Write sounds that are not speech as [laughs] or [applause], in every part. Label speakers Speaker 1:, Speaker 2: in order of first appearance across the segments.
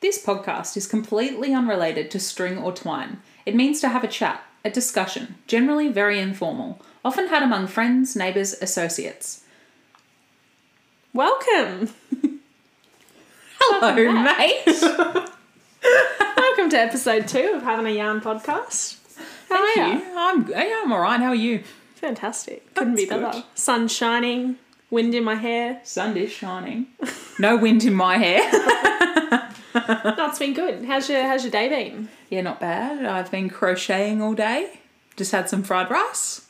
Speaker 1: This podcast is completely unrelated to string or twine. It means to have a chat, a discussion, generally very informal, often had among friends, neighbours, associates.
Speaker 2: Welcome.
Speaker 1: Hello,
Speaker 2: Welcome back.
Speaker 1: mate.
Speaker 2: Welcome to episode two of Having a Yarn podcast. How
Speaker 1: Thank
Speaker 2: are
Speaker 1: you. I'm, yeah, I'm all right. How are you?
Speaker 2: Fantastic. Couldn't be
Speaker 1: That's
Speaker 2: better.
Speaker 1: good.
Speaker 2: Sun shining, wind in my hair.
Speaker 1: Sun is shining. [laughs] No wind in my hair.
Speaker 2: No, it's been good. How's your How's your day been?
Speaker 1: Yeah, not bad. I've been crocheting all day. Just had some fried rice.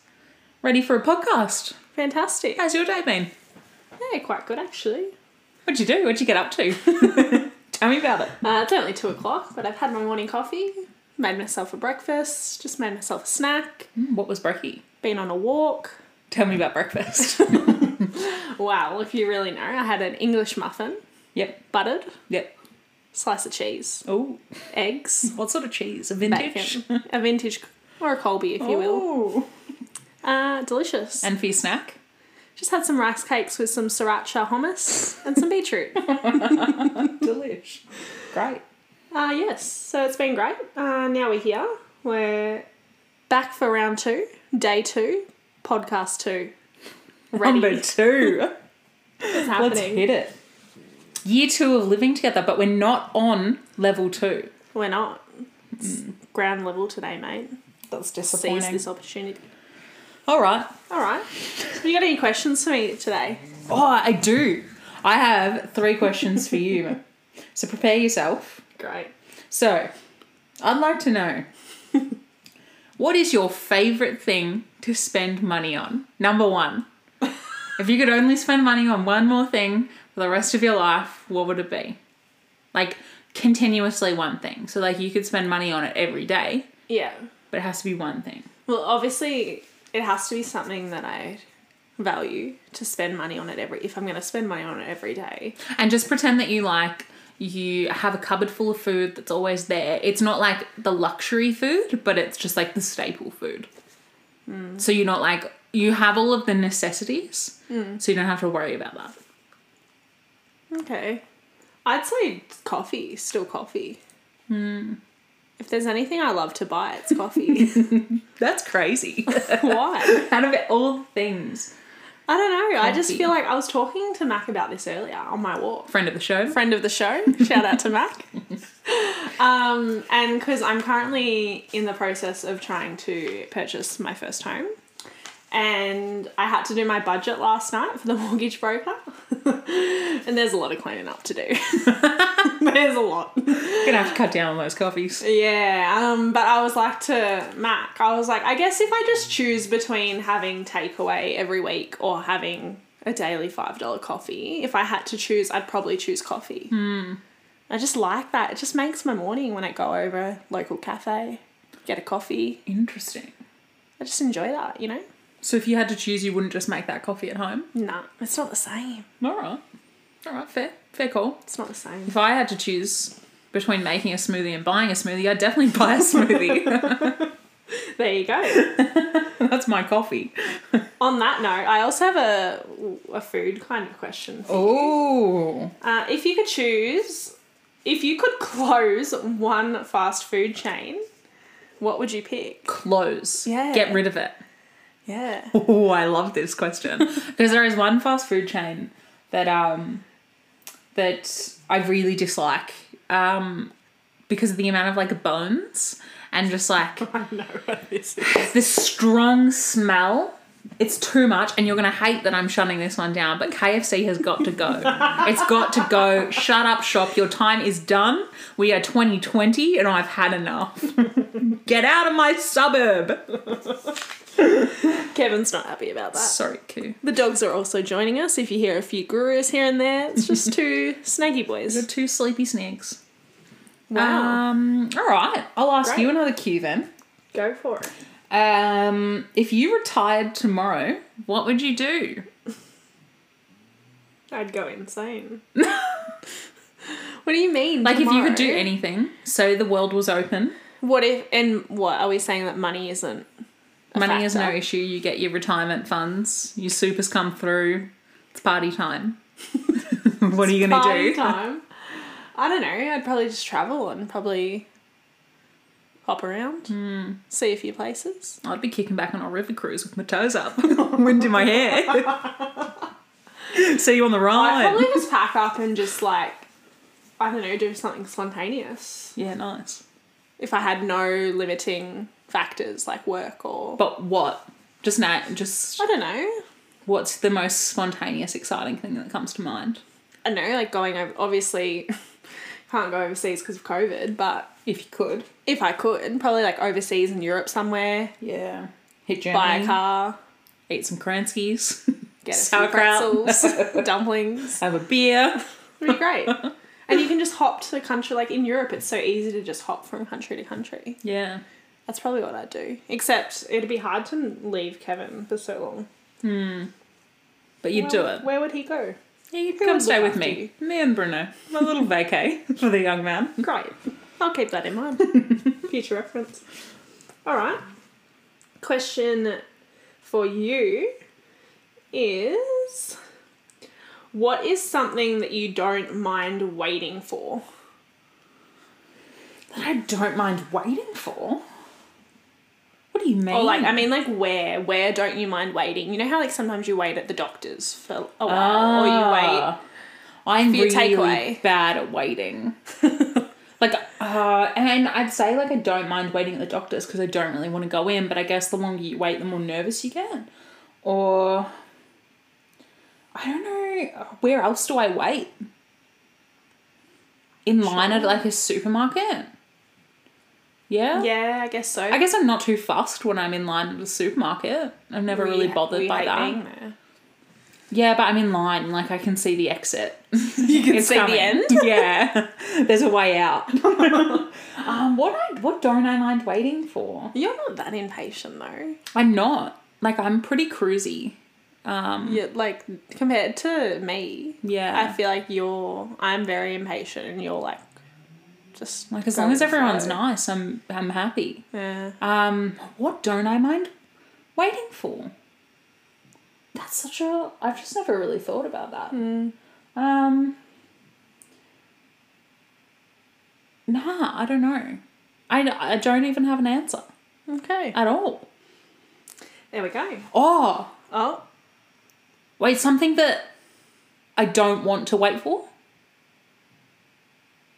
Speaker 1: Ready for a podcast.
Speaker 2: Fantastic.
Speaker 1: How's your day been?
Speaker 2: Yeah, quite good actually.
Speaker 1: What'd you do? What'd you get up to? Tell me about it.
Speaker 2: Uh, it's only two o'clock, but I've had my morning coffee. Made myself a breakfast. Just made myself a snack.
Speaker 1: Mm, What was brekkie?
Speaker 2: Been on a walk.
Speaker 1: Tell me about breakfast. [laughs]
Speaker 2: Wow, if you really know, I had an English muffin,
Speaker 1: yep,
Speaker 2: buttered,
Speaker 1: yep.
Speaker 2: slice of cheese,
Speaker 1: Oh,
Speaker 2: eggs,
Speaker 1: what sort of cheese? A vintage?
Speaker 2: bacon, a vintage or a Colby, if you will.
Speaker 1: Oh.
Speaker 2: Uh, delicious.
Speaker 1: And for your snack?
Speaker 2: Just had some rice cakes with some sriracha hummus and some beetroot.
Speaker 1: Delish. Great.
Speaker 2: uh, yes, so it's been great. Uh, now we're here. We're back for round two, day two, podcast two. Ready.
Speaker 1: Number [laughs] two. Let's
Speaker 2: It's happening.
Speaker 1: hit it. Year two of living together, but we're not on level two.
Speaker 2: We're not. It's ground level today, mate.
Speaker 1: That's
Speaker 2: Seize this opportunity.
Speaker 1: All right.
Speaker 2: All right. You got any questions for me today?
Speaker 1: Oh, I do. I have three questions for [laughs] you. So prepare yourself.
Speaker 2: Great.
Speaker 1: So, I'd like to know what is your favorite thing to spend money on? Number one, if you could only spend money on one more thing for the rest of your life, what would it be? Like, continuously one thing. So, like, you could spend money on it every day,
Speaker 2: Yeah.
Speaker 1: but it has to be one thing.
Speaker 2: Well, obviously, it has to be something that I value to spend money on it every. If I'm going to spend money on it every day,
Speaker 1: And just pretend that you like. You have a cupboard full of food that's always there. It's not like the luxury food, but it's just like the staple food. So you're not like, you have all of the necessities, so you don't have to worry about that.
Speaker 2: okay. I'd say coffee. Still coffee. Hmm. If there's anything I love to buy, it's coffee. [laughs]
Speaker 1: That's crazy.
Speaker 2: Why?
Speaker 1: [laughs] Out of all things.
Speaker 2: I don't know. I just
Speaker 1: Coffee.
Speaker 2: feel like I was talking to Mac about this earlier on my walk.
Speaker 1: Friend of the show.
Speaker 2: friend of the show. Shout out to Mac. um, and because I'm currently in the process of trying to purchase my first home, and I had to do my budget last night for the [laughs] mortgage broker, and there's a lot of cleaning up to do. [laughs] there's a lot.
Speaker 1: Gonna have to cut down on those coffees.
Speaker 2: Yeah, um, but I was like to Mac, I was like, I guess if I just choose between having takeaway every week or having a daily $5 coffee, if I had to choose, I'd probably choose coffee. I just like that. It just makes my morning when I go over local cafe, get a coffee.
Speaker 1: Interesting.
Speaker 2: I just enjoy that, you know?
Speaker 1: So if you had to choose, you wouldn't just make that coffee at home?
Speaker 2: Nah, it's not the same.
Speaker 1: All right. All right, fair. Fair call.
Speaker 2: It's not the same.
Speaker 1: If I had to choose between making a smoothie and buying a smoothie, I'd definitely buy a [laughs] smoothie.
Speaker 2: There you go.
Speaker 1: That's my coffee.
Speaker 2: On that note, I also have a, a food kind of question for
Speaker 1: Oh.
Speaker 2: Uh, if you could choose, if you could [laughs] close one fast food chain, what would you pick?
Speaker 1: Close.
Speaker 2: Yeah.
Speaker 1: Get rid of it.
Speaker 2: Yeah.
Speaker 1: Oh, I love this question. [laughs] Because there is one fast food chain that um that I really dislike. Um because of the amount of like bones and just like
Speaker 2: [laughs] I know what this is.
Speaker 1: the strong smell. It's too much, and you're gonna hate that I'm shutting this one down. But KFC has got to
Speaker 2: [laughs]
Speaker 1: go. it's got to go. Shut up, shop. Your time is done. We are 2020, and I've had
Speaker 2: [laughs]
Speaker 1: enough. Get out of my suburb.
Speaker 2: Kevin's not happy about that.
Speaker 1: Sorry, Koo.
Speaker 2: The dogs are also joining us. If you hear a few gurus here and there, it's just [laughs] two snaggy
Speaker 1: You're
Speaker 2: boys.
Speaker 1: two sleepy snags.
Speaker 2: Wow.
Speaker 1: Um, all right. I'll ask
Speaker 2: Great.
Speaker 1: you another cue then.
Speaker 2: Go for it.
Speaker 1: Um, if you retired tomorrow, what would you do?
Speaker 2: I'd go insane. [laughs] what do you mean?
Speaker 1: Like, if you could do
Speaker 2: tomorrow?
Speaker 1: anything, so the world was open,
Speaker 2: What if, and what, are we saying that money isn't? a
Speaker 1: Money is no
Speaker 2: factor?
Speaker 1: issue. You get your retirement funds. Your supers come through. It's party time. [laughs] what are you going to [laughs]
Speaker 2: Party
Speaker 1: do?
Speaker 2: time. I don't know. I'd probably just travel and probably hop around,
Speaker 1: Hmm.
Speaker 2: see a few places.
Speaker 1: I'd be kicking back on a river cruise with my toes up, [laughs] wind in my hair. [laughs] See you on the
Speaker 2: I'd
Speaker 1: ride.
Speaker 2: probably
Speaker 1: [laughs]
Speaker 2: just pack up and just like, I don't know, do something spontaneous.
Speaker 1: Yeah, nice.
Speaker 2: If I had no limiting factors like work or
Speaker 1: But what? Just now, just
Speaker 2: I don't know.
Speaker 1: what's the most spontaneous, exciting thing that comes to mind?
Speaker 2: I don't know, like going over. Obviously, [laughs] can't go overseas because of COVID, but
Speaker 1: If you could.
Speaker 2: if I could, probably like overseas in Europe somewhere,
Speaker 1: Yeah. Hit
Speaker 2: buy a
Speaker 1: Germany.
Speaker 2: car,
Speaker 1: Eat some Kranskis.
Speaker 2: get a few
Speaker 1: Sauerkraut.
Speaker 2: pretzels, [laughs]
Speaker 1: [laughs]
Speaker 2: dumplings.
Speaker 1: have a beer.
Speaker 2: It'd
Speaker 1: [laughs]
Speaker 2: be great. And you can just hop to the country. Like in Europe, it's so easy to just hop from country to country.
Speaker 1: Yeah.
Speaker 2: That's probably what I'd do. Except it'd be hard to leave Kevin for so long.
Speaker 1: Hmm. But you'd do
Speaker 2: Where-
Speaker 1: it.
Speaker 2: Where would he go?
Speaker 1: Yeah, you'd
Speaker 2: would
Speaker 1: come
Speaker 2: look
Speaker 1: stay with
Speaker 2: after
Speaker 1: me. Me and Bruno. My little vacay [laughs] for the young man.
Speaker 2: Great. I'll keep that
Speaker 1: [laughs]
Speaker 2: in mind. Future reference. All right. Question for you is what is something that you don't mind waiting for?
Speaker 1: That I don't mind waiting for. What do you mean?
Speaker 2: Or like I mean like where? Where don't you mind waiting? You know how like sometimes you wait at the doctor's for a while or you wait.
Speaker 1: Ah. I'm
Speaker 2: your
Speaker 1: really
Speaker 2: takeaway.
Speaker 1: bad at waiting. [laughs] like, uh, and I'd say like I don't mind waiting at the doctor's because I don't really want to go in. But I guess the longer you wait, the more nervous you get. Or I don't know where else do I wait? In line at like a supermarket. Yeah.
Speaker 2: Yeah, I guess so.
Speaker 1: I guess I'm not too fussed when I'm in line at a supermarket. I'm never
Speaker 2: We
Speaker 1: really
Speaker 2: ha-
Speaker 1: bothered
Speaker 2: we
Speaker 1: by
Speaker 2: hate
Speaker 1: that.
Speaker 2: being there.
Speaker 1: Yeah, but I'm in line. Like I can see the exit.
Speaker 2: [laughs] You can
Speaker 1: It's
Speaker 2: see
Speaker 1: coming.
Speaker 2: the end.
Speaker 1: [laughs] Yeah, there's a way out. [laughs] um, what I, what don't I mind waiting for?
Speaker 2: [laughs] You're not that impatient though.
Speaker 1: I'm not like I'm pretty cruisy. Um,
Speaker 2: Yeah, like compared to me, I
Speaker 1: yeah,
Speaker 2: feel like you're. I'm very impatient, and you're like, just
Speaker 1: like as
Speaker 2: go
Speaker 1: long as
Speaker 2: with the
Speaker 1: everyone's
Speaker 2: flow.
Speaker 1: nice, I'm I'm happy.
Speaker 2: Yeah.
Speaker 1: Um, what don't I mind waiting for? That's such a. I've just never really thought about that. Um. Nah, I don't know. I, I don't even have an answer
Speaker 2: Okay.
Speaker 1: at all.
Speaker 2: There we go.
Speaker 1: Oh,
Speaker 2: Oh,
Speaker 1: wait, something that I don't want to wait for?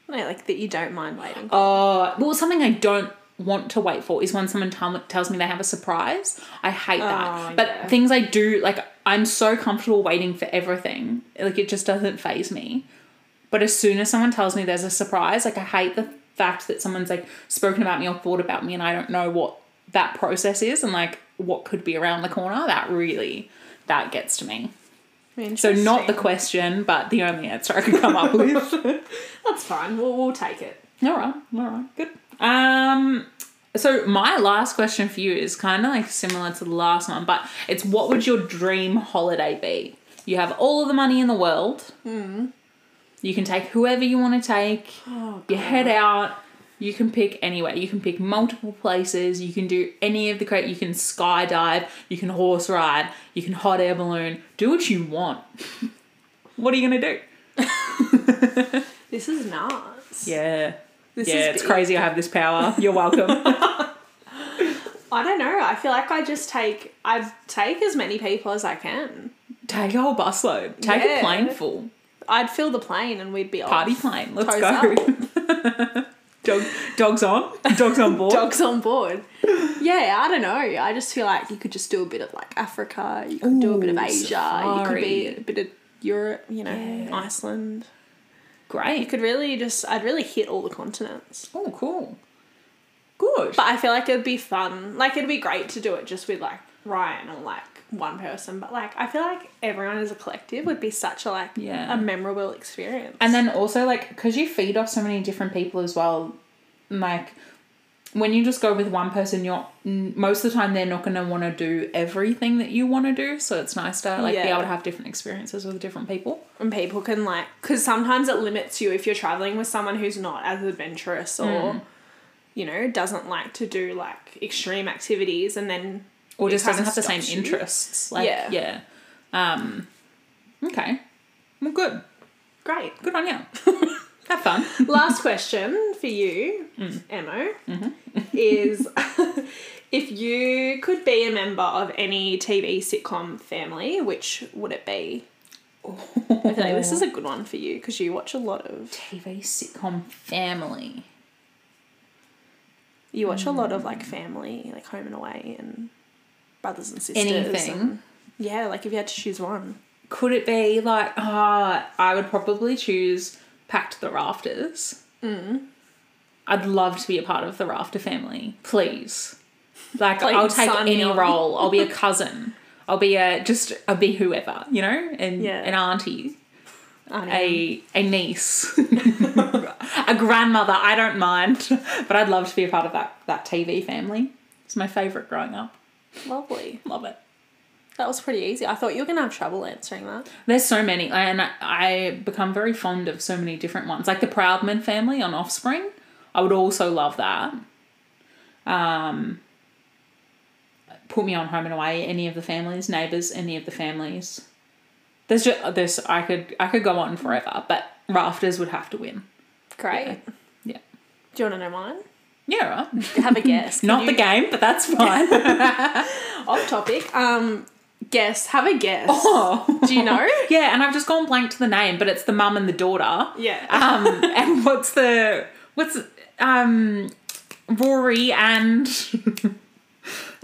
Speaker 2: no, like that. You don't mind waiting.
Speaker 1: Oh, well, something I don't want to wait for is when someone tell tells me they have a surprise. I hate that.
Speaker 2: Oh,
Speaker 1: but
Speaker 2: yeah.
Speaker 1: things I do, like, I'm so comfortable waiting for everything. Like, it just doesn't phase me. But as soon as someone tells me there's a surprise, like, I hate the fact that someone's, like, spoken about me or thought about me and I don't know what that process is and, like, what could be around the corner. That really, that gets to me. So not the
Speaker 2: Interesting.
Speaker 1: question, but the only answer I could come up with.
Speaker 2: [laughs] That's fine. We'll we'll take it.
Speaker 1: All right, all right, good. Um, so my last question for you is kind of like similar to the last one, but it's what would your dream holiday be? You have all of the money in the world. Mm. You can take whoever you want to take.
Speaker 2: Hmm. Oh,
Speaker 1: You head out. You can pick anywhere. You can pick multiple places. You can do any of the great. You can skydive. You can horse ride. You can hot air balloon. Do what you want. [laughs] what are you gonna do?
Speaker 2: This is nuts.
Speaker 1: Yeah.
Speaker 2: This
Speaker 1: yeah,
Speaker 2: is
Speaker 1: it's
Speaker 2: big.
Speaker 1: crazy. I have this power. You're welcome.
Speaker 2: I don't know. I feel like I just take. I take as many people as I can.
Speaker 1: Take a whole busload. Take
Speaker 2: Yeah.
Speaker 1: a plane full.
Speaker 2: I'd fill the plane, and we'd be off.
Speaker 1: Party plane. Let's
Speaker 2: Toes
Speaker 1: go. [laughs] Dog, dogs on. Dogs on board.
Speaker 2: [laughs] dogs on board. Yeah, I don't know. I just feel like you could just do a bit of like Africa, you could do a bit of
Speaker 1: Ooh,
Speaker 2: Asia, you could be
Speaker 1: safari.
Speaker 2: a bit of Europe, you know,
Speaker 1: Yeah.
Speaker 2: Iceland. You
Speaker 1: Great.
Speaker 2: could really just, I'd really hit all the continents.
Speaker 1: Oh, cool. Good.
Speaker 2: But I feel like it'd be fun. Like, it'd be great to do it just with like Ryan or like one person. But like, I feel like everyone as a collective would be such a like,
Speaker 1: Yeah.
Speaker 2: a memorable experience.
Speaker 1: And then also like because you feed off so many different people as well, like when you just go with one person, you're n- most of the time they're not going to want to do everything that you want to do. So it's nice to like be
Speaker 2: Yeah.
Speaker 1: able to have different experiences with different people.
Speaker 2: and people can like because sometimes it limits you if you're traveling with someone who's not as adventurous or you know doesn't like to do like extreme activities and then
Speaker 1: or
Speaker 2: it
Speaker 1: just doesn't
Speaker 2: kinda
Speaker 1: have the same
Speaker 2: stops you.
Speaker 1: interests. Like
Speaker 2: Yeah.
Speaker 1: yeah, Um, okay. Well, good.
Speaker 2: great [laughs]
Speaker 1: Good on you. [laughs] Have fun.
Speaker 2: Last question for you, Emo, is [laughs] if you could be a member of any TV sitcom family, which would it be? I feel like this is a good one for you because you watch a lot of
Speaker 1: TV sitcom family.
Speaker 2: you watch a lot of
Speaker 1: Mm.
Speaker 2: like family, like Home and Away and Brothers and Sisters.
Speaker 1: Anything.
Speaker 2: and- yeah, like if you had to choose one.
Speaker 1: Could it be like, ah, I would probably choose Packed the Rafters. Mm. I'd love to be a part of the Rafter family.
Speaker 2: [laughs]
Speaker 1: Please. Like,
Speaker 2: Please,
Speaker 1: I'll take
Speaker 2: sign me
Speaker 1: any
Speaker 2: on.
Speaker 1: role. I'll be
Speaker 2: [laughs]
Speaker 1: a cousin. I'll be a, just, I'll be whoever, you know? And
Speaker 2: Yeah.
Speaker 1: an auntie.
Speaker 2: I don't know.
Speaker 1: a a niece, [laughs] a grandmother. I don't mind, [laughs] but I'd love to be a part of that that TV family. It's my favorite growing up.
Speaker 2: Lovely.
Speaker 1: Love it.
Speaker 2: That was pretty easy. I thought you were going to have trouble answering that.
Speaker 1: There's so many, and I, I become very fond of so many different ones, like the Proudman family on Offspring. I would also love that. Um, put me on Home and Away. Any of the families, neighbors, any of the families. There's just there's I could I could go on forever, but Rafters would have to win.
Speaker 2: Great.
Speaker 1: Yeah.
Speaker 2: Do you want to know mine?
Speaker 1: Yeah, right.
Speaker 2: [laughs] Have
Speaker 1: [laughs]
Speaker 2: a guess. Can
Speaker 1: Not
Speaker 2: you-
Speaker 1: the game, but that's fine.
Speaker 2: off topic. Um, guess. Have a guess.
Speaker 1: Oh.
Speaker 2: Do
Speaker 1: [laughs]
Speaker 2: you know?
Speaker 1: [laughs] yeah, and I've just gone blank to the name, but it's the mum and the daughter.
Speaker 2: Yeah.
Speaker 1: Um, and what's the what's um Rory and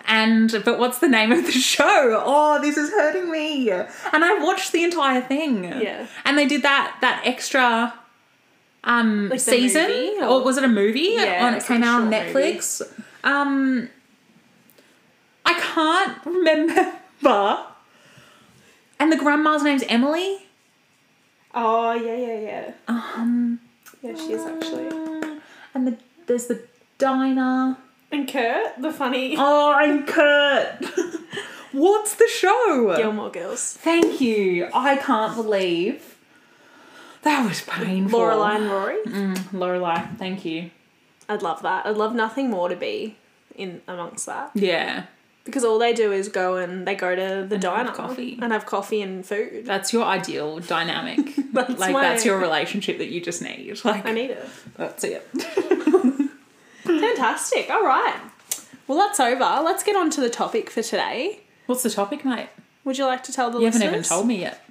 Speaker 1: and but what's the name of the show? Oh, this is hurting me. And I watched the entire thing.
Speaker 2: Yeah.
Speaker 1: And they did that that extra um
Speaker 2: Like the
Speaker 1: season
Speaker 2: movie,
Speaker 1: or?
Speaker 2: or-
Speaker 1: was it a movie? Oh,
Speaker 2: Yeah,
Speaker 1: and it
Speaker 2: it's like
Speaker 1: came
Speaker 2: a
Speaker 1: out on
Speaker 2: short movie.
Speaker 1: Netflix. Um I can't remember. [laughs] And the grandma's name's Emily.
Speaker 2: oh yeah yeah yeah.
Speaker 1: Um
Speaker 2: Yeah, she is actually.
Speaker 1: and the, there's the diner.
Speaker 2: And Kurt, the funny
Speaker 1: Oh, and [laughs] Kurt. What's the show?
Speaker 2: Gilmore Girls.
Speaker 1: Thank you. I can't believe that was painful.
Speaker 2: Lorelai and Rory.
Speaker 1: Mm, Lorelai. Thank you.
Speaker 2: I'd love that. I'd love nothing more to be in amongst that
Speaker 1: Yeah,
Speaker 2: because all they do is go and they go to the
Speaker 1: have
Speaker 2: diner
Speaker 1: coffee.
Speaker 2: and have coffee and food.
Speaker 1: that's your ideal dynamic.
Speaker 2: That's
Speaker 1: like
Speaker 2: my-
Speaker 1: [laughs] that's your relationship that you just need. Like
Speaker 2: I need it.
Speaker 1: that's it.
Speaker 2: Fantastic. All right. Well, that's over. Let's get on to the topic for today.
Speaker 1: What's the topic, mate?
Speaker 2: Would you like to tell the
Speaker 1: You haven't even
Speaker 2: listeners?
Speaker 1: told me yet.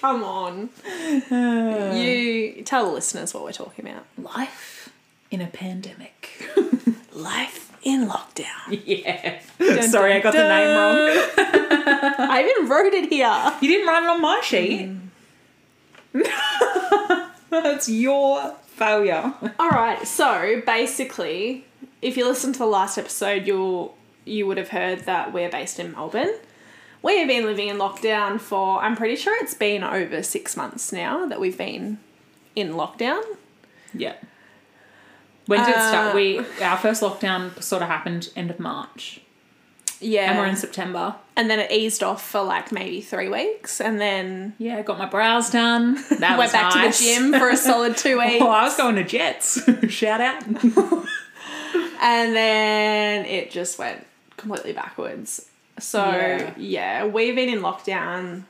Speaker 1: [laughs]
Speaker 2: Come
Speaker 1: [sighs]
Speaker 2: on. You tell the listeners what we're talking about.
Speaker 1: Life in a pandemic. [laughs]
Speaker 2: Life in lockdown.
Speaker 1: yeah. Sorry, I got the name wrong.
Speaker 2: I even wrote it here.
Speaker 1: You didn't write it on my sheet. Hmm. That's your failure.
Speaker 2: All right. So basically, if you listen to the last episode, you'll you would have heard that we're based in Melbourne. We have been living in lockdown for I'm pretty sure it's been over six months now that we've been in lockdown.
Speaker 1: Yeah. When did it
Speaker 2: Uh,
Speaker 1: start? We our first lockdown sort of happened end of March,
Speaker 2: Yeah.
Speaker 1: and we're in September.
Speaker 2: and then it eased off for like maybe three weeks, and then
Speaker 1: Yeah, I got my brows done. That was
Speaker 2: went back
Speaker 1: nice.
Speaker 2: to the gym for a
Speaker 1: [laughs]
Speaker 2: solid two weeks,
Speaker 1: Oh, I was going to Jets. [laughs] Shout out.
Speaker 2: and then it just went completely backwards. So
Speaker 1: Yeah.
Speaker 2: yeah, we've been in lockdown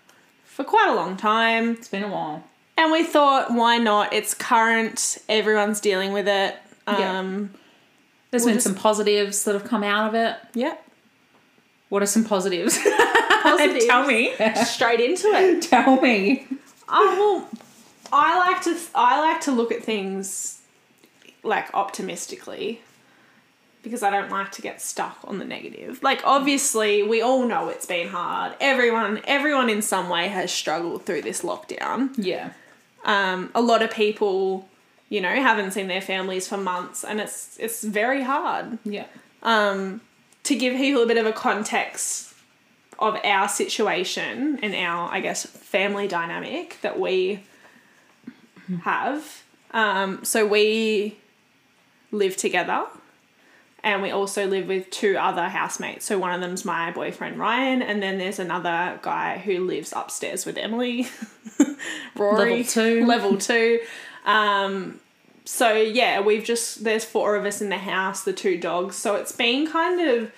Speaker 2: for quite a long time.
Speaker 1: It's been a while.
Speaker 2: And we thought, why not? It's current. Everyone's dealing with it.
Speaker 1: Yeah.
Speaker 2: Um,
Speaker 1: There's
Speaker 2: We'll
Speaker 1: been
Speaker 2: just-
Speaker 1: some positives that have come out of it.
Speaker 2: yeah.
Speaker 1: What are some positives?
Speaker 2: Positive.
Speaker 1: [laughs] Tell me.
Speaker 2: Straight into
Speaker 1: [laughs]
Speaker 2: it.
Speaker 1: Tell me.
Speaker 2: Oh well, I like to I like to look at things like optimistically because I don't like to get stuck on the negative. Like obviously, we all know it's been hard. Everyone everyone in some way has struggled through this lockdown.
Speaker 1: Yeah.
Speaker 2: um, a lot of people you know haven't seen their families for months and it's it's very hard
Speaker 1: Yeah.
Speaker 2: um, to give people a bit of a context of our situation and our i guess family dynamic that we have um, so we live together and we also live with two other housemates so one of them's my boyfriend ryan and then there's another guy who lives upstairs with emily [laughs] rory
Speaker 1: Level two.
Speaker 2: level two um, so yeah, we've just there's four of us in the house, the two dogs. So it's been kind of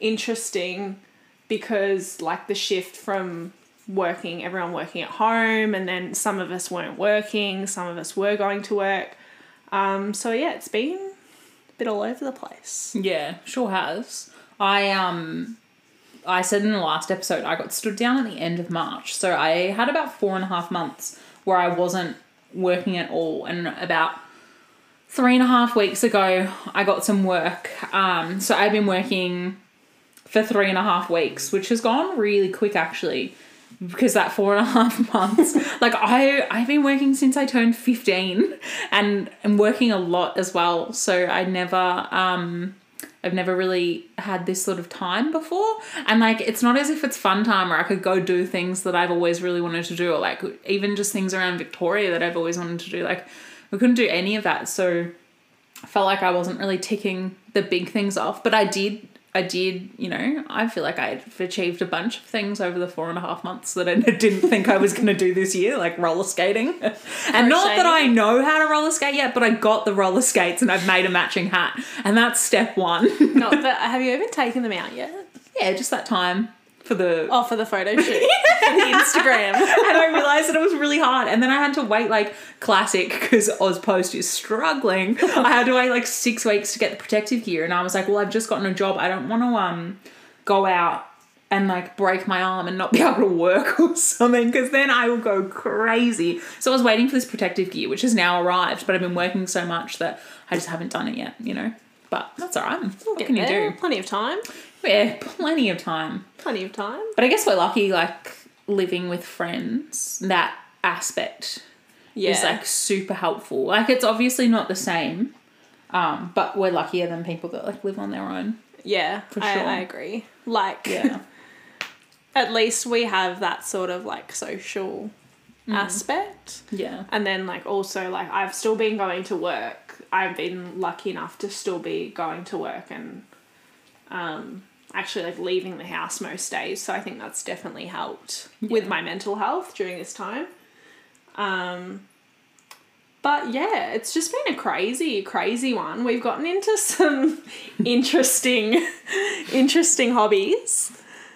Speaker 2: interesting because like the shift from working, everyone working at home, and then some of us weren't working, some of us were going to work. Um, so yeah, it's been a bit all over the place.
Speaker 1: Yeah, sure has. I um I said in the last episode I got stood down at the end of March. So I had about four and a half months where I wasn't working at all and about three and a half weeks ago I got some work. Um so I've been working for three and a half weeks, which has gone really quick actually. Because that four and a [laughs] half months, like I, I've been working since I turned fifteen, and am working a lot as well. So I never, um, I've never really had this sort of time before. And like, it's not as if it's fun time where I could go do things that I've always really wanted to do, or like even just things around Victoria that I've always wanted to do. Like, we couldn't do any of that. So I felt like I wasn't really ticking the big things off. But I did, I did, you know, I feel like I've achieved a bunch of things over the four and a half months that I [laughs] didn't think I was going to do this year, like roller skating. [laughs] and not that I
Speaker 2: Crocheting.
Speaker 1: know how to roller skate yet, but I got the roller skates and I've made a matching hat. And that's step one. [laughs]
Speaker 2: [laughs] Not that have you even taken them out yet?
Speaker 1: Yeah, just that time for the.
Speaker 2: Oh, for the [laughs] photo shoot, for the Instagram.
Speaker 1: and I realised that it was really hard. And then I had to wait like classic because Ozpost is struggling. I had to wait like six weeks to get the protective gear, and I was like, well, I've just gotten a job. I don't want to um go out and like break my arm and not be able to work or something because then I will go crazy. So I was waiting for this protective gear, which has now arrived, but I've been working so much that I just haven't done it yet. You know. But that's all right. What can you do?
Speaker 2: Plenty of time.
Speaker 1: Yeah, plenty of time.
Speaker 2: Plenty of time.
Speaker 1: But I guess we're lucky, like living with friends, that aspect
Speaker 2: Yeah.
Speaker 1: is like super helpful. Like it's obviously not the same, um, but we're luckier than people that like live on their own.
Speaker 2: yeah. For I,
Speaker 1: sure.
Speaker 2: I agree. Like,
Speaker 1: Yeah,
Speaker 2: [laughs] at least we have that sort of like social Mm. aspect.
Speaker 1: [laughs] yeah,
Speaker 2: [laughs] And then, like, also, like, I've still been going to work. I've been lucky enough to still be going to work and um, actually, like, leaving the house most days. So I think that's definitely helped with my mental health during this time. Um, but yeah, it's just been a crazy, crazy one. We've gotten into some [laughs] interesting, [laughs] interesting hobbies.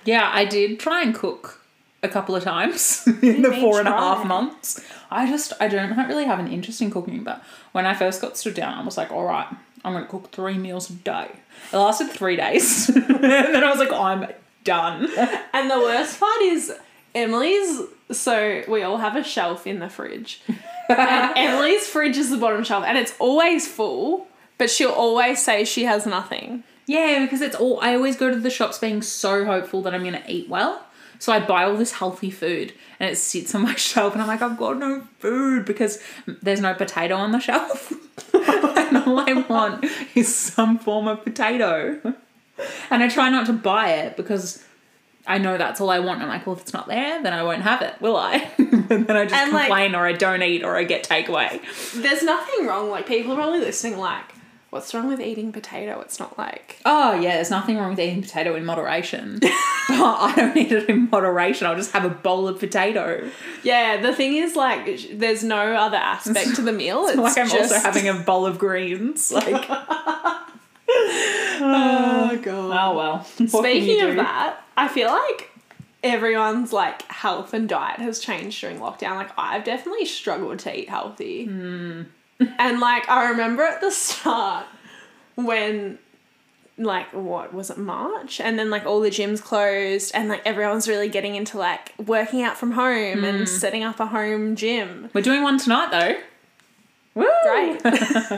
Speaker 1: yeah. I did try and cook a couple of times [laughs] in the
Speaker 2: mean
Speaker 1: four and a half
Speaker 2: try?
Speaker 1: months. I just I don't really have an interest in cooking, but when I first got stood down, I was like, all right, I'm gonna cook three meals a day. It lasted three days, [laughs] and then I was like, I'm done.
Speaker 2: And the worst part is Emily's. So we all have a shelf in the fridge.
Speaker 1: [laughs]
Speaker 2: and Emily's fridge is the bottom shelf, and it's always full. But she'll always say she has nothing.
Speaker 1: Yeah, because it's all I always go to the shops being so hopeful that I'm gonna eat well. So I buy all this healthy food and it sits on my [laughs] shelf and I'm like, I've got no food because there's no potato on the shelf. [laughs] and all I want is some form of potato. And I try not to buy it because I know that's all I want. I'm like, well, if it's not there, then I won't have it, will I? [laughs] and then I just
Speaker 2: And, like-
Speaker 1: complain or I don't eat or I get takeaway.
Speaker 2: There's nothing wrong. Like people are probably listening. Like, what's wrong with eating potato? It's not like
Speaker 1: Oh yeah, there's nothing wrong with eating potato in
Speaker 2: [laughs]
Speaker 1: moderation. but I don't need it in moderation. I'll just have a bowl of potato.
Speaker 2: yeah. The thing is, like, sh- there's no other aspect to the meal. It's
Speaker 1: like I'm
Speaker 2: just,
Speaker 1: also having a bowl of greens.
Speaker 2: [laughs]
Speaker 1: Like oh
Speaker 2: Oh god.
Speaker 1: well. What can you
Speaker 2: Speaking
Speaker 1: do?
Speaker 2: of that, I feel like everyone's like health and diet has changed during lockdown. Like I've definitely struggled to eat healthy. and like I remember at the start when like what was it March and then like all the gyms closed and like everyone's really getting into like working out from home and setting up a home gym.
Speaker 1: we're doing one tonight though. Woo!
Speaker 2: Great. [laughs]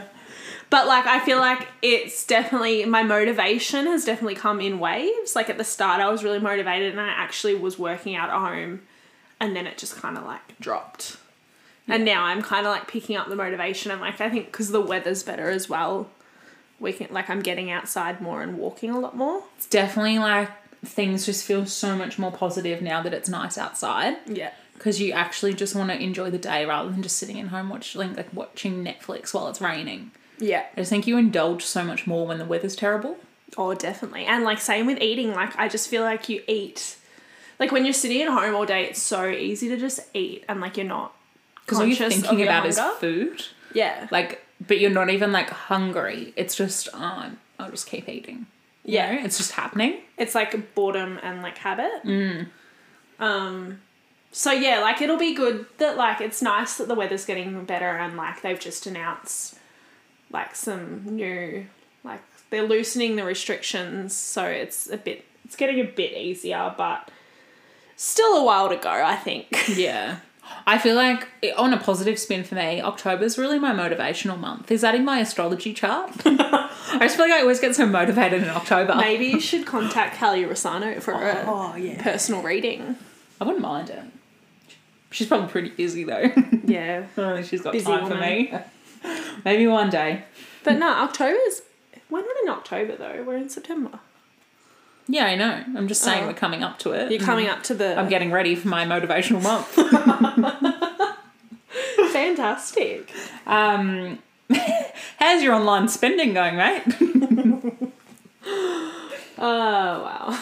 Speaker 2: But like I feel like it's definitely my motivation has definitely come in waves. Like at the start I was really motivated and I actually was working out at home and then it just kind of like dropped. And now I'm kind of like picking up the motivation and like I think cuz the weather's better as well. We can like I'm getting outside more and walking a lot more.
Speaker 1: It's definitely like things just feel so much more positive now that it's nice outside
Speaker 2: Yeah.
Speaker 1: because you actually just want to enjoy the day rather than just sitting at home watching like watching Netflix while it's raining.
Speaker 2: Yeah.
Speaker 1: I just think you indulge so much more when the weather's terrible.
Speaker 2: Oh, definitely. And like same with eating, like I just feel like you eat like when you're sitting at home all day, it's so easy to just eat and like you're not
Speaker 1: Because all you're
Speaker 2: conscious of
Speaker 1: thinking
Speaker 2: your
Speaker 1: about
Speaker 2: hunger.
Speaker 1: is food.
Speaker 2: yeah.
Speaker 1: Like, but you're not even like hungry. It's just, um, I'll just keep eating. You
Speaker 2: Yeah.
Speaker 1: know? It's just happening. Mm.
Speaker 2: It's like boredom and like habit. Um, So yeah, like it'll be good that like it's nice that the weather's getting better and like they've just announced like some new like they're loosening the restrictions, so it's a bit it's getting a bit easier, but still a while to go, I think. [laughs]
Speaker 1: Yeah. I feel like on a positive spin for me, October's really my motivational month. Is that in my astrology
Speaker 2: [laughs]
Speaker 1: chart? I just feel like I always get so motivated in October.
Speaker 2: Maybe you should contact Hallie Rossano for a
Speaker 1: [laughs] Oh yeah.
Speaker 2: personal reading.
Speaker 1: I wouldn't mind it. She's probably pretty busy though. [laughs]
Speaker 2: Yeah.
Speaker 1: I don't think she's got
Speaker 2: Busy
Speaker 1: time for
Speaker 2: woman.
Speaker 1: me. [laughs] Maybe one day.
Speaker 2: But no, October's we're not in October though, we're in September.
Speaker 1: Yeah, I know. I'm just saying
Speaker 2: Oh.
Speaker 1: we're coming up to it. Mm.
Speaker 2: You're coming up to the
Speaker 1: Mm-hmm.
Speaker 2: [laughs]
Speaker 1: I'm getting ready for my motivational month.
Speaker 2: fantastic.
Speaker 1: Um, [laughs] how's your online spending going, mate?
Speaker 2: Oh wow.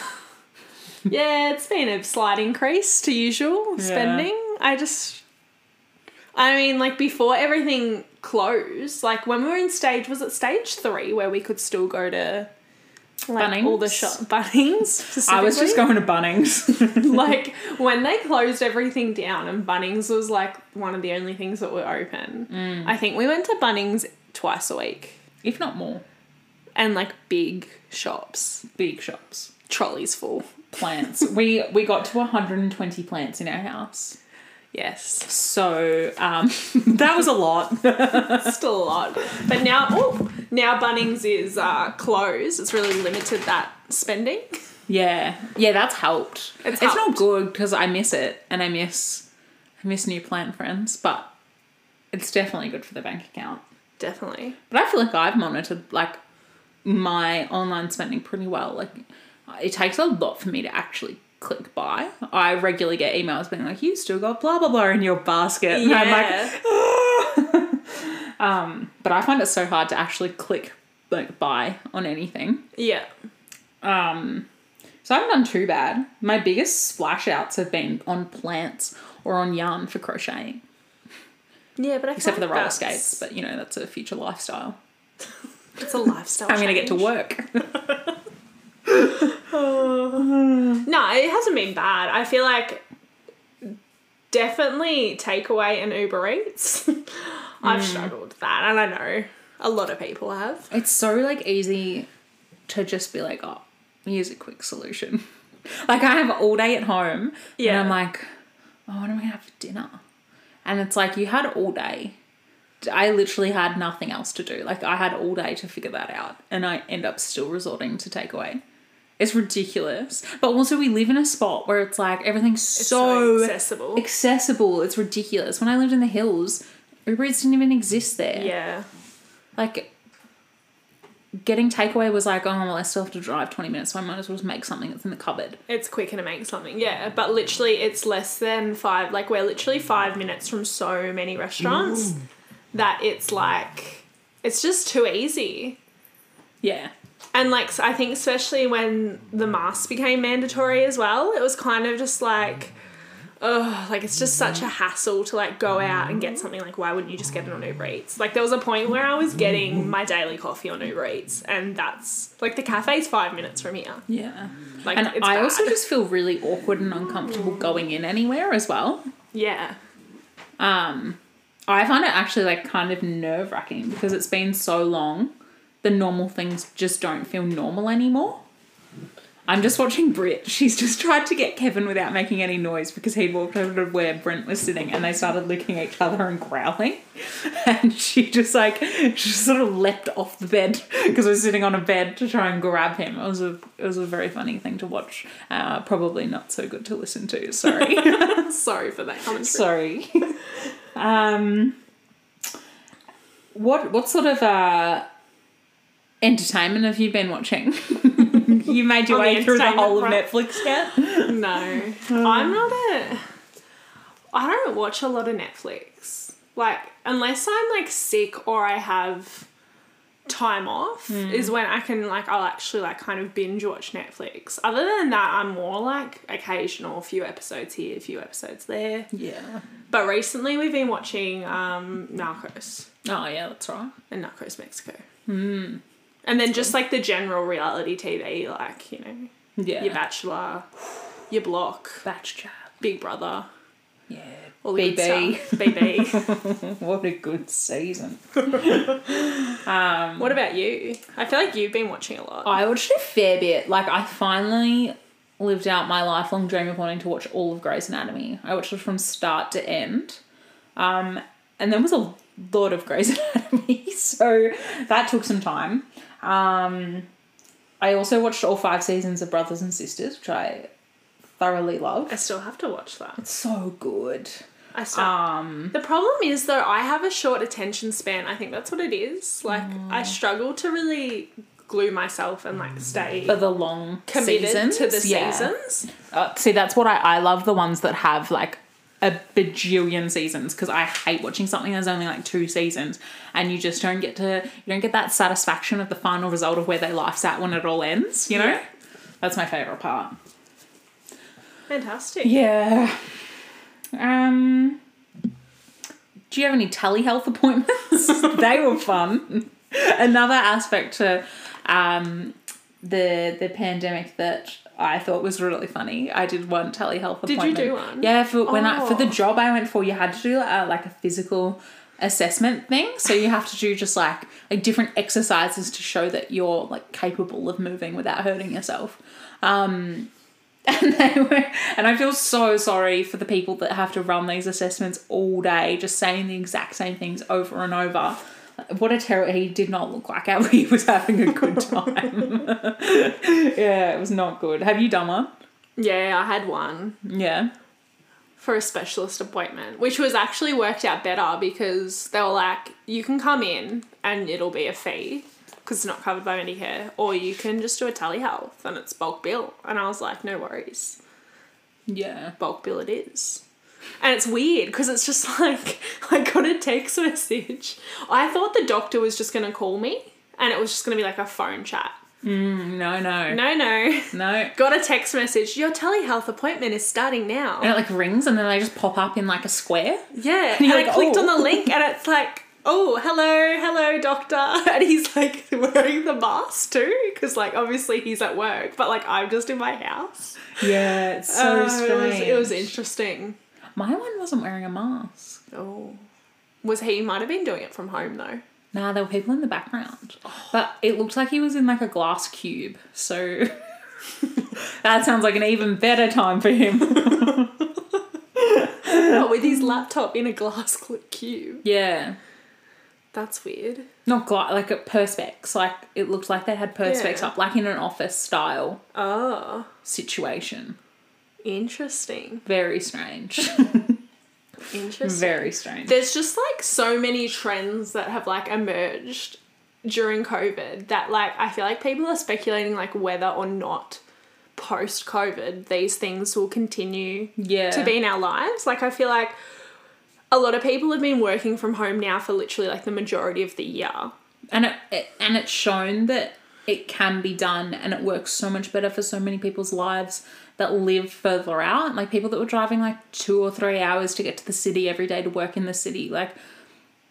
Speaker 2: yeah, it's been a slight increase to usual
Speaker 1: Yeah.
Speaker 2: spending. I just I mean, like before everything closed, like when we were in stage was it stage three where we could still go to like all the
Speaker 1: Bunnings?
Speaker 2: shop Bunnings.
Speaker 1: I was just
Speaker 2: specifically?
Speaker 1: going to Bunnings. [laughs]
Speaker 2: like when they closed everything down and Bunnings was like one of the only things that were open.
Speaker 1: Mm.
Speaker 2: I think we went to Bunnings twice a week
Speaker 1: if not more.
Speaker 2: and like big shops,
Speaker 1: Big shops.
Speaker 2: trolleys full.
Speaker 1: Plants. we we got to 120 plants in our house.
Speaker 2: Yes. [laughs]
Speaker 1: So um, [laughs] that was a lot.
Speaker 2: still a lot. But now, oh, now Bunnings is uh, closed. It's really limited that spending.
Speaker 1: Yeah, yeah, that's helped. It's,
Speaker 2: It's helped.
Speaker 1: not good because I miss it and I miss I miss new plant friends, but it's definitely good for the bank account.
Speaker 2: Definitely.
Speaker 1: But I feel like I've monitored like my online spending pretty well. Like it takes a lot for me to actually click buy. I regularly get emails being like, "You still got blah blah blah in your basket," and I'm like, but I find it so hard to actually click like buy on anything.
Speaker 2: yeah.
Speaker 1: Um, so I haven't done too bad. My biggest splash outs have been on plants or on yarn for crocheting,
Speaker 2: Yeah, but I
Speaker 1: except for the roller
Speaker 2: that's,
Speaker 1: skates. But you know, that's a future lifestyle.
Speaker 2: It's a lifestyle.
Speaker 1: I'm gonna get to
Speaker 2: change.
Speaker 1: work.
Speaker 2: No, it hasn't been bad. I feel like definitely takeaway and Uber Eats. [laughs] I've struggled with that, and I know a lot of people have.
Speaker 1: it's so like easy to just be like, oh, here's a quick solution. [laughs] Like I have all day at home,
Speaker 2: Yeah.
Speaker 1: and I'm like, oh, what am I gonna have for dinner? And it's like you had all day. I literally had nothing else to do. Like I had all day to figure that out, and I end up still resorting to takeaway. It's ridiculous. But also, we live in a spot where it's like everything's so,
Speaker 2: accessible.
Speaker 1: accessible. It's ridiculous. When I lived in the hills, Uber Eats didn't even exist there
Speaker 2: yeah.
Speaker 1: like getting takeaway was like, oh well, I still have to drive twenty minutes, so I might as well just make something that's in the cupboard.
Speaker 2: It's quicker to make something, yeah. But literally, it's less than five. Like we're literally five minutes from so many restaurants that it's like it's just too easy.
Speaker 1: Yeah,
Speaker 2: And like so I think especially when the mask became mandatory as well, it was kind of just like, oh, like it's just such a hassle to like go out and get something. Like why wouldn't you just get it on Uber Eats? Like there was a point where I was getting my daily coffee on Uber Eats, and that's like the cafe's five minutes from here.
Speaker 1: yeah.
Speaker 2: Like
Speaker 1: And
Speaker 2: it's
Speaker 1: I also
Speaker 2: bad.
Speaker 1: just feel really awkward and uncomfortable going in anywhere as well.
Speaker 2: yeah.
Speaker 1: Um, I find it actually like kind of nerve wracking because it's been so long. The normal things just don't feel normal anymore. I'm just watching Brit. She's just tried to get Kevin without making any noise because he'd walked over to where Brent was sitting and they started licking each other and growling. [laughs] And she just like she sort of leapt off the bed [laughs] because we're sitting on a bed to try and grab him. It was a it was a very funny thing to watch. Uh, probably not so good to listen to. Sorry.
Speaker 2: Sorry for that commentary.
Speaker 1: Sorry. um, what what sort of uh, entertainment have you been watching? [laughs] you made your
Speaker 2: On the
Speaker 1: way through the whole of
Speaker 2: entertainment
Speaker 1: Netflix yet?
Speaker 2: No, I'm not a. I don't watch a lot of Netflix. Like, unless I'm like sick or I have time off, is when I can like I'll actually like kind of binge watch Netflix. Other than that, I'm more like occasional, few episodes here, few episodes there.
Speaker 1: Yeah.
Speaker 2: But recently, we've been watching um, Narcos
Speaker 1: Oh yeah, that's right.
Speaker 2: and Narcos Mexico. Mm. And then just like the general reality TV, like you know,
Speaker 1: Yeah.
Speaker 2: your Bachelor, your Block,
Speaker 1: batch chat.
Speaker 2: Big Brother.
Speaker 1: Yeah.
Speaker 2: all the
Speaker 1: BB.
Speaker 2: good stuff. [laughs] BB.
Speaker 1: What a good season.
Speaker 2: what about you? I feel like you've been watching a lot.
Speaker 1: I watched a fair bit. Like I finally lived out my lifelong dream of wanting to watch all of Grey's Anatomy. I watched it from start to end. Um, and there was a lot of Grey's [laughs] Anatomy, so that took some time. Um, I also watched all five seasons of Brothers and Sisters, which I thoroughly
Speaker 2: I
Speaker 1: love.
Speaker 2: still have to watch that.
Speaker 1: So good.
Speaker 2: I still.
Speaker 1: Um,
Speaker 2: the problem is though, I have a short attention span. I think that's what it is. Like I struggle to really glue myself and like stay
Speaker 1: for the long
Speaker 2: committed
Speaker 1: seasons.
Speaker 2: to the
Speaker 1: yeah.
Speaker 2: seasons.
Speaker 1: Uh, see, that's what I, I love the ones that have like a bajillion seasons because I hate watching something that's only like two seasons and you just don't get to you don't get that satisfaction of the final result of where their life's at when it all ends. You know,
Speaker 2: Yeah.
Speaker 1: that's my favorite part.
Speaker 2: Fantastic.
Speaker 1: Yeah. Um. Do you have any telehealth appointments? they were fun. Another aspect to um, the the pandemic that I thought was really funny. I did one telehealth
Speaker 2: Did you
Speaker 1: appointment.
Speaker 2: do one?
Speaker 1: Yeah, Uh, for when I for the
Speaker 2: Oh.
Speaker 1: job I went for, you had to do uh, like a physical assessment thing. So you have to do just like like different exercises to show that you're like capable of moving without hurting yourself. Um, [laughs] and they were, and I feel so sorry for the people that have to run these assessments all day, just saying the exact same things over and over. What a terror! He did not look like how [laughs] he was having a good time. [laughs] yeah, it was not good. Have you done one?
Speaker 2: Yeah, I had one
Speaker 1: Yeah.
Speaker 2: for a specialist appointment, which was actually worked out better because they were like, you can come in and it'll be a fee because it's not covered by Medicare, or you can just do a telehealth and it's bulk bill. And I was like, no worries,
Speaker 1: Yeah.
Speaker 2: bulk bill it is. And it's weird because it's just [laughs] like, I got a text [laughs] message. I thought the doctor was just going to call me and it was just going to be like a phone chat.
Speaker 1: No, no,
Speaker 2: No, no. [laughs]
Speaker 1: no. And
Speaker 2: Got a text message. Your telehealth appointment is starting now.
Speaker 1: it like rings and then they just pop up in like a square.
Speaker 2: Yeah, and,
Speaker 1: you're
Speaker 2: I
Speaker 1: like,
Speaker 2: clicked on
Speaker 1: "Oh."
Speaker 2: the link, and it's like, oh, hello, hello, doctor, [laughs] and he's like wearing the mask too, because like obviously he's at work, but like I'm just in my house.
Speaker 1: Yeah, it's so
Speaker 2: Uh, It was,
Speaker 1: strange.
Speaker 2: it was interesting.
Speaker 1: My one wasn't wearing a mask.
Speaker 2: Oh, was he? Might have been doing it from
Speaker 1: [laughs]
Speaker 2: home though.
Speaker 1: Nah, there were people in the background. But it looked like he was in like a glass cube. So [laughs] that sounds like an even better time for him. [laughs]
Speaker 2: But with his laptop in a glass [laughs] cl- cube.
Speaker 1: yeah.
Speaker 2: That's weird.
Speaker 1: Not glass, like a perspex. Like it looked like they had perspex
Speaker 2: Yeah.
Speaker 1: up, like in an office style
Speaker 2: Oh,
Speaker 1: situation.
Speaker 2: interesting.
Speaker 1: Very strange. [laughs]
Speaker 2: Interesting.
Speaker 1: Very strange.
Speaker 2: there's just like so many trends that have like emerged during COVID that like I feel like people are speculating like whether or not post COVID these things will continue
Speaker 1: yeah.
Speaker 2: to be in our lives. Like I feel like a lot of people have been working from home now for literally like the majority of the year.
Speaker 1: and it, it and it's shown that it can be done and it works so much better for so many people's lives that live further out like people that were driving like two or three hours to get to the city every day to work in the city like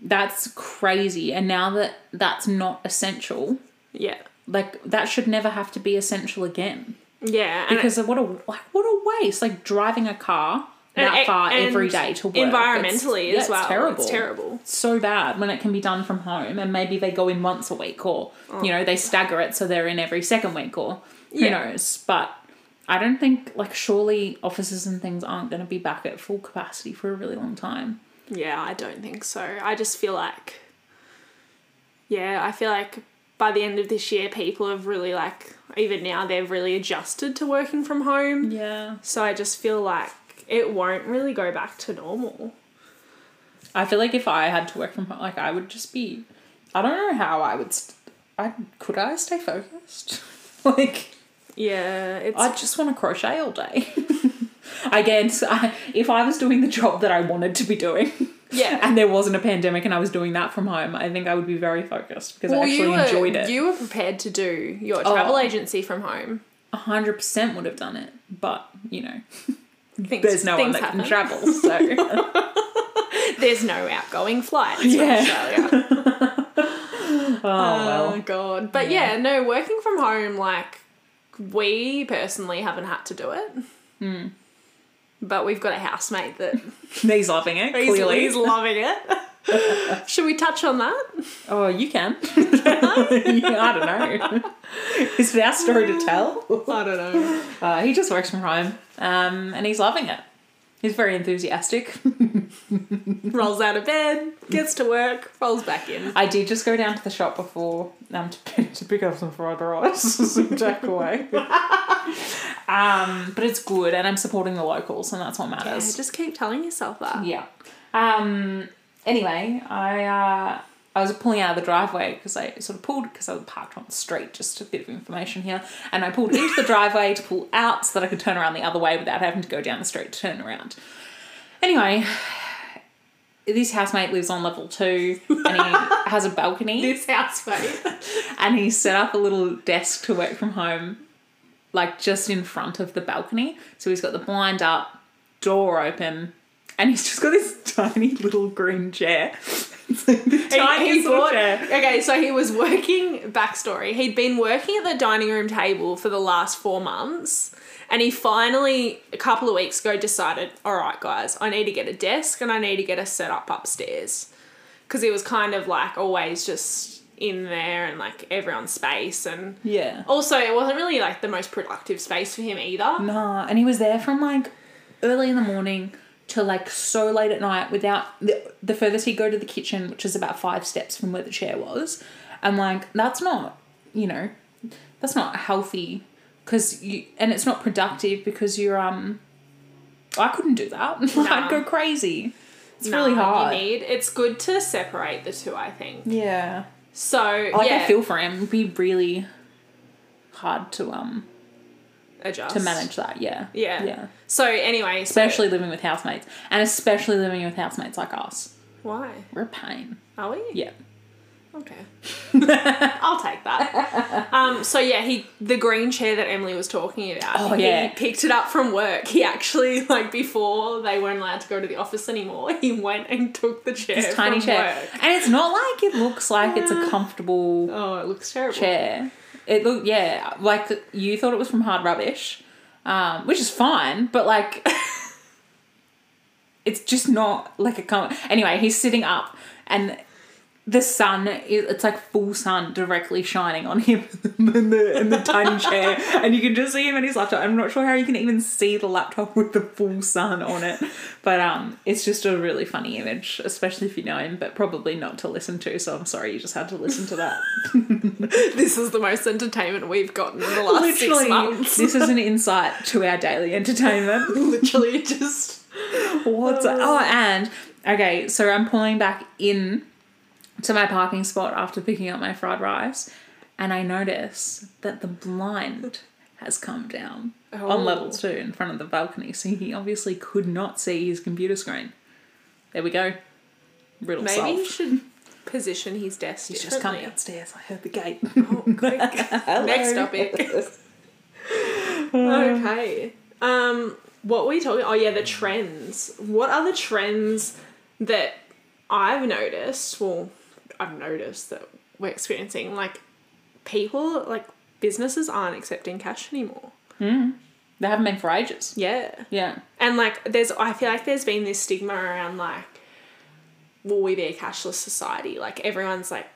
Speaker 1: that's crazy and now that that's not essential
Speaker 2: Yeah.
Speaker 1: like that should never have to be essential again
Speaker 2: Yeah. And
Speaker 1: because what a like, what a waste like driving a car that
Speaker 2: and- e-,
Speaker 1: far
Speaker 2: and
Speaker 1: every day to work It's-
Speaker 2: Environmentally
Speaker 1: yeah,
Speaker 2: as well.
Speaker 1: it's terrible
Speaker 2: It's terrible.
Speaker 1: so bad when it can be done from home and maybe they go in once a week or
Speaker 2: Oh.
Speaker 1: you know they stagger it so they're in every second week or who
Speaker 2: Yeah.
Speaker 1: knows but i don't think like surely offices and things aren't going to be back at full capacity for a really long time
Speaker 2: Yeah, I don't think so. I just feel like, yeah, I feel like by the end of this year, people have really like, even now, they've really adjusted to working from home.
Speaker 1: yeah
Speaker 2: So I just feel like it won't really go back to normal.
Speaker 1: i feel like if i had to work from home like i would just be i don't know how i would st- i could i stay focused [laughs] like
Speaker 2: Yeah, it's.
Speaker 1: I just want to crochet all day. [laughs] I guess I, if I was doing the job that I wanted to be doing [laughs]
Speaker 2: yeah.
Speaker 1: and there wasn't a pandemic and I was doing that from home, I think I would be very focused because I actually
Speaker 2: you were,
Speaker 1: enjoyed it.
Speaker 2: You were prepared to do your
Speaker 1: Oh.
Speaker 2: travel agency from home.
Speaker 1: 100% would have done it, but you know,
Speaker 2: Things,
Speaker 1: there's no one
Speaker 2: things
Speaker 1: that
Speaker 2: happen. Uh,
Speaker 1: can travel,
Speaker 2: [laughs]
Speaker 1: so
Speaker 2: There's no outgoing
Speaker 1: [laughs]
Speaker 2: flights
Speaker 1: Yeah.
Speaker 2: from Australia.
Speaker 1: oh well.
Speaker 2: god. But yeah. no, working from Hmm. home, like we personally haven't had to do it. but we've got a housemate [laughs] that
Speaker 1: He's loving it,
Speaker 2: he's,
Speaker 1: clearly.
Speaker 2: [laughs] he's loving it. Should we touch on that?
Speaker 1: Oh, you can. [laughs] I don't know. [laughs] Is it our story to tell?
Speaker 2: I don't know.
Speaker 1: Uh, he just works from home um, and he's loving it. He's very enthusiastic.
Speaker 2: Rolls out of bed, gets to work, rolls back in.
Speaker 1: I did just go down to the shop before um, to, pick, to pick up some fried rice, [laughs] some jack
Speaker 2: [laughs]
Speaker 1: away. um, but it's good and I'm supporting the locals and that's what
Speaker 2: Yeah,
Speaker 1: matters.
Speaker 2: just keep telling yourself that.
Speaker 1: Yeah. Um. Anyway, I uh, I was pulling out of the driveway because I sort of pulled because I was parked on the street. Just a bit of information here, and I pulled into the driveway to pull out so that I could turn around the other way without having to go down the street to turn around. Anyway, [sighs] this housemate lives on level two, and
Speaker 2: [laughs]
Speaker 1: he has a balcony
Speaker 2: This housemate.
Speaker 1: and he set up a little desk to work from home, like just in front of the balcony. So he's got the blind up, door open, and he's just got this [laughs] tiny little green chair. [laughs] It's like the
Speaker 2: He- he
Speaker 1: tiniest little
Speaker 2: bought-
Speaker 1: chair.
Speaker 2: Okay, so he was working. Backstory: He'd been working at the dining room table for the last four months, and he finally, a couple of weeks ago, decided, "All right, guys, I need to get a desk and I need to get a setup upstairs," because he was kind of like always just in there and like everyone's space, and
Speaker 1: Yeah.
Speaker 2: also it wasn't really like the most productive space for him either.
Speaker 1: Nah, and he was there from like early in the morning to like so late at night without the, the furthest he'd go to the kitchen, which is about five steps from where the chair was. And like, that's not, you know, that's not healthy because you, and it's not productive because you're, um, I couldn't do that. [laughs] I'd
Speaker 2: Nah.
Speaker 1: go crazy. It's
Speaker 2: Nah,
Speaker 1: really hard.
Speaker 2: You need. It's good to separate the two. I think.
Speaker 1: yeah.
Speaker 2: So
Speaker 1: Like,
Speaker 2: yeah,
Speaker 1: I feel for him. It'd be really hard to, um,
Speaker 2: adjust
Speaker 1: to manage that. Yeah.
Speaker 2: Yeah.
Speaker 1: Yeah.
Speaker 2: So anyway, so-
Speaker 1: especially living with housemates, and especially living with housemates like us.
Speaker 2: Why?
Speaker 1: We're a pain.
Speaker 2: Are we?
Speaker 1: Yeah.
Speaker 2: Okay. [laughs] I'll take that. Um, so yeah, he the green chair that Emily was talking about.
Speaker 1: Oh, yeah.
Speaker 2: He picked it up from work. He actually like before they weren't allowed to go to the office anymore. He went and took the chair.
Speaker 1: It's tiny
Speaker 2: from
Speaker 1: chair.
Speaker 2: Work. Uh,
Speaker 1: And it's not like it looks like it's a comfortable
Speaker 2: Oh, it looks terrible.
Speaker 1: chair. It looked yeah, like you thought it was from hard rubbish. Um, which is fine, but like [laughs] it's just not like a com- anyway, he's sitting up and the sun i- it's like full sun directly shining on him [laughs] in the, in the tiny chair and you can just see him and his laptop i'm not sure how you can even see the laptop [laughs] with the full sun on it but um it's just a really funny image especially if you know him but probably not to listen to so i'm sorry you just had to listen to that
Speaker 2: [laughs] This is the most entertainment we've gotten in the last six months. [laughs]
Speaker 1: this is an insight to our daily entertainment
Speaker 2: Literally just
Speaker 1: What's oh and okay, so I'm pulling back in to my parking spot after picking up my fried rice, and I notice that the blind has come down
Speaker 2: Oh.
Speaker 1: on level two in front of the balcony, so he obviously could not see his computer screen. There we go. Riddle
Speaker 2: maybe he
Speaker 1: solved.
Speaker 2: should position his desk.
Speaker 1: He's just come
Speaker 2: differently.
Speaker 1: downstairs. I heard the gate. [laughs]
Speaker 2: [laughs] Oh, quick. Next topic. okay. Um, what were you talking? Oh yeah, the trends. What are the trends that I've noticed? Well, I've noticed that we're experiencing like people like businesses aren't accepting cash anymore.
Speaker 1: They haven't been for ages.
Speaker 2: Yeah.
Speaker 1: Yeah.
Speaker 2: And like there's I feel like there's been this stigma around like will we be a cashless society? Like everyone's like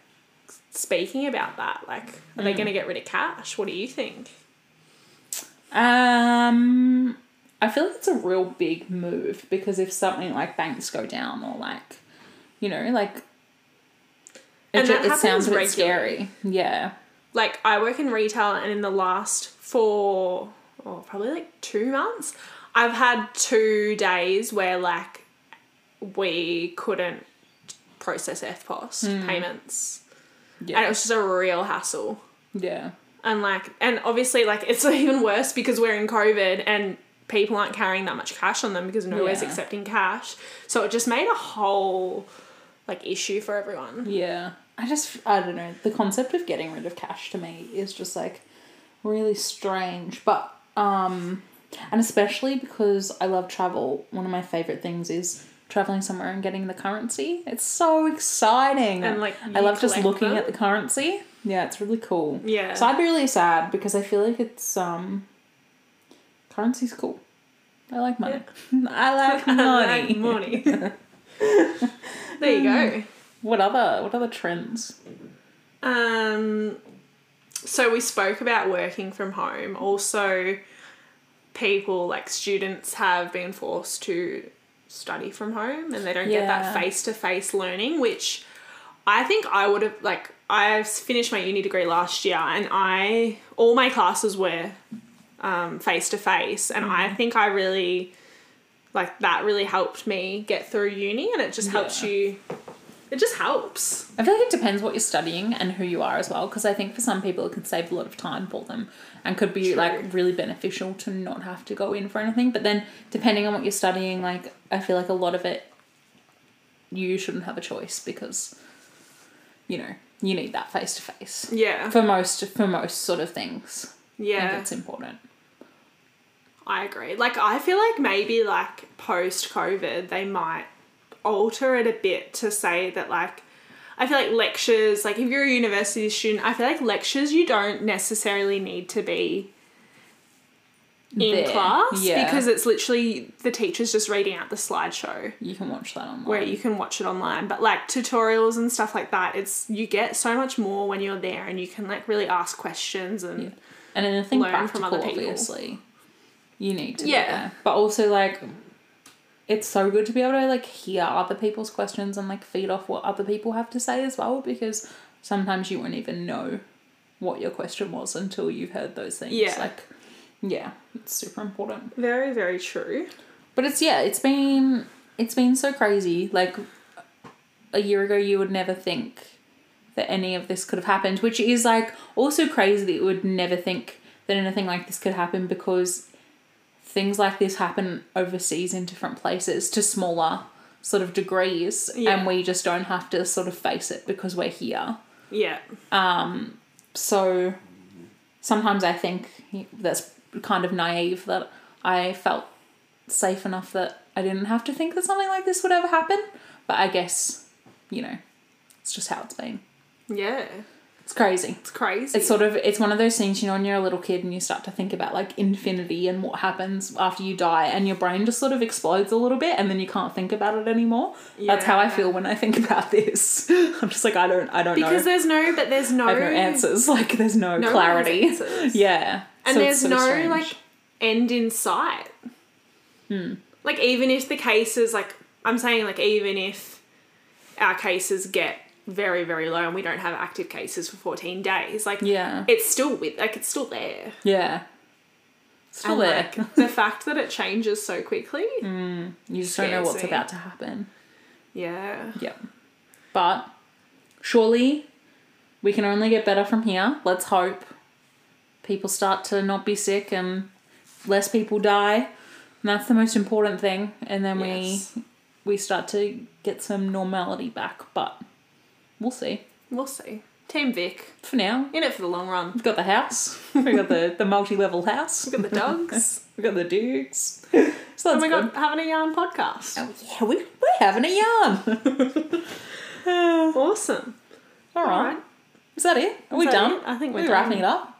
Speaker 2: speaking about that. Like are they going to get rid of cash? What do you think?
Speaker 1: Um, I feel like it's a real big move because if something like banks go down or like, you know, like.
Speaker 2: And
Speaker 1: it,
Speaker 2: that
Speaker 1: it sounds
Speaker 2: happens
Speaker 1: a bit
Speaker 2: regularly.
Speaker 1: scary. Yeah.
Speaker 2: like I work in retail and in the last four or probably like two months, I've had two days where like we couldn't process FPOS payments.
Speaker 1: Hmm. Yeah.
Speaker 2: And it was just a real hassle.
Speaker 1: Yeah.
Speaker 2: And like and obviously like it's [laughs] even worse because we're in COVID and people aren't carrying that much cash on them because nowhere's
Speaker 1: Yeah.
Speaker 2: accepting cash. So it just made a whole like issue for everyone.
Speaker 1: Yeah. I just, I don't know. The concept of getting rid of cash to me is just like really strange. But, um, and especially because I love travel, one of my favorite things is traveling somewhere and getting the currency. It's so exciting.
Speaker 2: And, like,
Speaker 1: I
Speaker 2: you
Speaker 1: love just
Speaker 2: collect
Speaker 1: looking
Speaker 2: them.
Speaker 1: at the currency. Yeah, it's really cool.
Speaker 2: Yeah.
Speaker 1: So I'd be really sad because I feel like it's, um, currency's cool. I like money. [laughs] I
Speaker 2: [laughs]
Speaker 1: like money. [laughs]
Speaker 2: Like money. there you go.
Speaker 1: What other what other trends?
Speaker 2: Um, so we spoke about working from home. Also, people like students have been forced to study from home, and they don't get that
Speaker 1: Yeah.
Speaker 2: face to face learning, which I think I would have like. I finished my uni degree last year, and I all my classes were face to face, and I
Speaker 1: Mm-hmm.
Speaker 2: think I really like that really helped me get through uni, and it just helps
Speaker 1: Yeah.
Speaker 2: you. It just helps.
Speaker 1: I feel like it depends what you're studying and who you are as well, because I think for some people it can save a lot of time for them and could be
Speaker 2: True.
Speaker 1: like really beneficial to not have to go in for anything. But then depending on what you're studying, like I feel like a lot of it you shouldn't have a choice because you know, you need that face to face.
Speaker 2: Yeah.
Speaker 1: For most for most sort of things. I think
Speaker 2: Yeah.
Speaker 1: it's important.
Speaker 2: I agree. Like I feel like maybe like post COVID they might alter it a bit to say that like I feel like lectures, like if you're a university student, I feel like lectures you don't necessarily need to be in
Speaker 1: There.
Speaker 2: class
Speaker 1: Yeah.
Speaker 2: because it's literally the teacher's just reading out the slideshow
Speaker 1: You can watch that online.
Speaker 2: where you can watch it online. But like tutorials and stuff like that, it's you get so much more when you're there and you can like really ask questions and
Speaker 1: Yeah. And then I think
Speaker 2: learn
Speaker 1: practical,
Speaker 2: from other people.
Speaker 1: obviously, you need to. Yeah.
Speaker 2: Yeah.
Speaker 1: But also, like, it's so good to be able to, like, hear other people's questions and, like, feed off what other people have to say as well because sometimes you won't even know what your question was until you've heard those things.
Speaker 2: Yeah.
Speaker 1: Like, yeah, it's super important.
Speaker 2: very, very true.
Speaker 1: But it's, yeah, it's been, it's been so crazy. Like, a year ago, you would never think that any of this could have happened, which is like also crazy that you would never think that anything like this could happen because things like this happen overseas in different places to smaller sort of degrees,
Speaker 2: Yeah.
Speaker 1: and we just don't have to sort of face it because we're here.
Speaker 2: Yeah.
Speaker 1: So sometimes I think that's kind of naive that I felt safe enough that I didn't have to think that something like this would ever happen, but I guess, you know, it's just how it's been.
Speaker 2: Yeah.
Speaker 1: It's crazy.
Speaker 2: It's crazy.
Speaker 1: It's sort of it's one of those things, you know, when you're a little kid and you start to think about like infinity and what happens after you die and your brain just sort of explodes a little bit and then you can't think about it anymore. That's how I
Speaker 2: Yeah.
Speaker 1: feel when I think about this. [laughs] I'm just like I don't I don't
Speaker 2: because
Speaker 1: know.
Speaker 2: there's no but there's no
Speaker 1: I have no answers. [laughs] Like there's no,
Speaker 2: no
Speaker 1: clarity.
Speaker 2: right
Speaker 1: [laughs]
Speaker 2: answers.
Speaker 1: Yeah.
Speaker 2: And
Speaker 1: So it's
Speaker 2: there's
Speaker 1: sort of
Speaker 2: no
Speaker 1: strange.
Speaker 2: like end in sight.
Speaker 1: Hmm.
Speaker 2: Like even if the cases like I'm saying like even if our cases get very, very low and we don't have active cases for fourteen days, like
Speaker 1: Yeah.
Speaker 2: it's still with like it's still there.
Speaker 1: yeah. Still
Speaker 2: And,
Speaker 1: there. [laughs] Hmm.
Speaker 2: Like, the fact that it changes so quickly.
Speaker 1: you just don't know what's
Speaker 2: scares me.
Speaker 1: about to happen.
Speaker 2: Yeah.
Speaker 1: Yep. But surely we can only get better from here. Let's hope people start to not be sick and less people die. And that's the most important thing. And then
Speaker 2: Yes.
Speaker 1: we we start to get some normality back. But we'll see.
Speaker 2: We'll see. Team Vic.
Speaker 1: For now,
Speaker 2: In it for the long run.
Speaker 1: we've got the house. [laughs] We've got the, the multi-level house. [laughs]
Speaker 2: We've got the dogs.
Speaker 1: We've got the dudes. So
Speaker 2: Oh
Speaker 1: that's
Speaker 2: and we
Speaker 1: good.
Speaker 2: got having a yarn E podcast.
Speaker 1: Oh yeah, we, we're having a yarn.
Speaker 2: Awesome.
Speaker 1: All right.
Speaker 2: [laughs] All right.
Speaker 1: Is that it? Are we
Speaker 2: that
Speaker 1: done?
Speaker 2: it? I think
Speaker 1: Are
Speaker 2: we're
Speaker 1: we
Speaker 2: done.
Speaker 1: wrapping it up.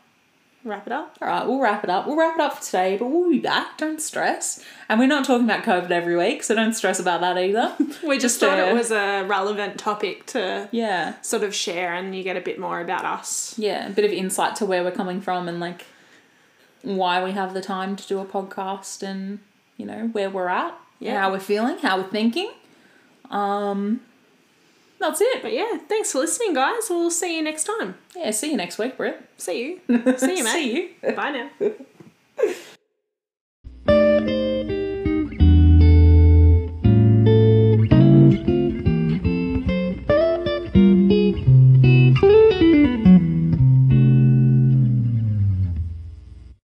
Speaker 2: Wrap it up.
Speaker 1: All right, we'll wrap it up. We'll wrap it up for today, but we'll be back. Don't stress. And we're not talking about COVID every week, so don't stress about that either.
Speaker 2: [laughs] We
Speaker 1: Just,
Speaker 2: just thought
Speaker 1: uh,
Speaker 2: it was a relevant topic to
Speaker 1: yeah.
Speaker 2: sort of share and you get a bit more about us.
Speaker 1: Yeah, a bit of insight to where we're coming from and like why we have the time to do a podcast and, you know, where we're at,
Speaker 2: Yeah.
Speaker 1: how we're feeling, how we're thinking. Um that's it.
Speaker 2: But yeah, thanks for listening, guys. We'll see you next time.
Speaker 1: Yeah, see you next week, Britt. [laughs]
Speaker 2: See you. See you, mate.
Speaker 1: See you.
Speaker 2: Bye now.